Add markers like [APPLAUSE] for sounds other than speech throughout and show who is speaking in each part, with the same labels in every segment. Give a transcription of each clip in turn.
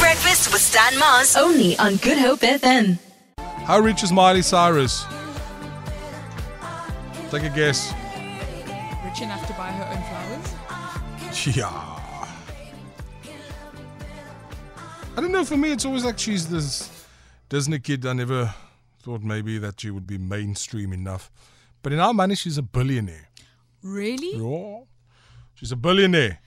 Speaker 1: Breakfast with Stan Mars. Only on Good Hope FM.
Speaker 2: How rich is Miley Cyrus? Take a guess. [LAUGHS]
Speaker 3: Rich enough to buy her own flowers?
Speaker 2: Yeah. I don't know. For me, it's always like she's this Disney kid. I never thought maybe that she would be mainstream enough. But in our money, she's a billionaire.
Speaker 3: Really?
Speaker 2: Yeah. She's a billionaire.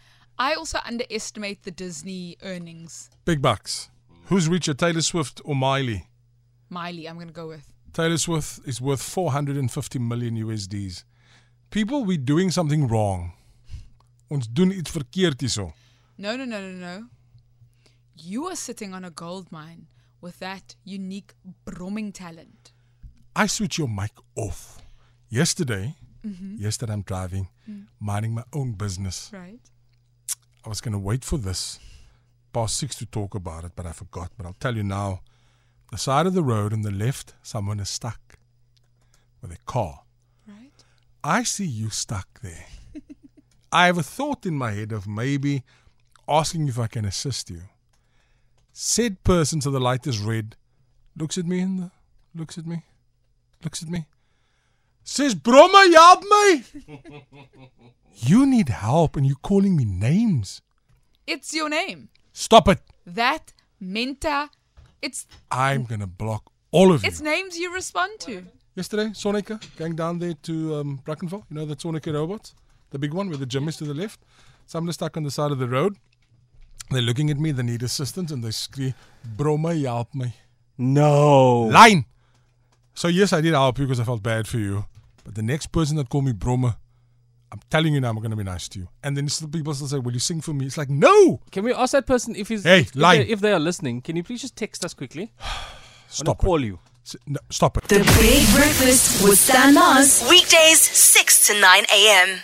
Speaker 3: I also underestimate the Disney earnings.
Speaker 2: Big bucks. Who's richer, Taylor Swift or Miley?
Speaker 3: Miley, I'm going to go with.
Speaker 2: Taylor Swift is worth 450 million USDs. People, we're doing something wrong. Ons doen iets verkeerd hierso.
Speaker 3: No, no, no, no, no. You are sitting on a gold mine with that unique bromming talent.
Speaker 2: I switch your mic off. Yesterday, yesterday I'm driving, minding my own business.
Speaker 3: Right?
Speaker 2: I was going to wait for this past six to talk about it, but I forgot. But I'll tell you now the side of the road on the left, someone is stuck with a car.
Speaker 3: Right?
Speaker 2: I see you stuck there. I have a thought in my head of maybe asking if I can assist you. Said person, so the light is red, looks at me and looks at me, looks at me, says, Brommer, you help me. you need help and you're calling me names.
Speaker 3: It's your name.
Speaker 2: Stop it.
Speaker 3: That Menta. It's
Speaker 2: I'm going to block all of you.
Speaker 3: it's names you respond to.
Speaker 2: Yesterday, Sonica going down there to um, Brackenfell. You know the Sonica robot, the big one where the gym is to the left. Someone stuck on the side of the road. They're looking at me. They need assistance, and they scream, "Broma, help me!"
Speaker 4: No.
Speaker 2: Line. So yes, I did help you because I felt bad for you. But the next person that called me Broma, I'm telling you now, I'm going to be nice to you. And then still people still say, "Will you sing for me?" It's like, no,
Speaker 4: Can we ask that person if he's
Speaker 2: Hey,
Speaker 4: if, they-
Speaker 2: line.
Speaker 4: if they are listening? Can you please just text us quickly? I'll
Speaker 2: stop it,
Speaker 4: call you.
Speaker 2: S- no, stop it.
Speaker 1: The Big Breakfast with Stan Mars. Weekdays, 6 to 9 a.m.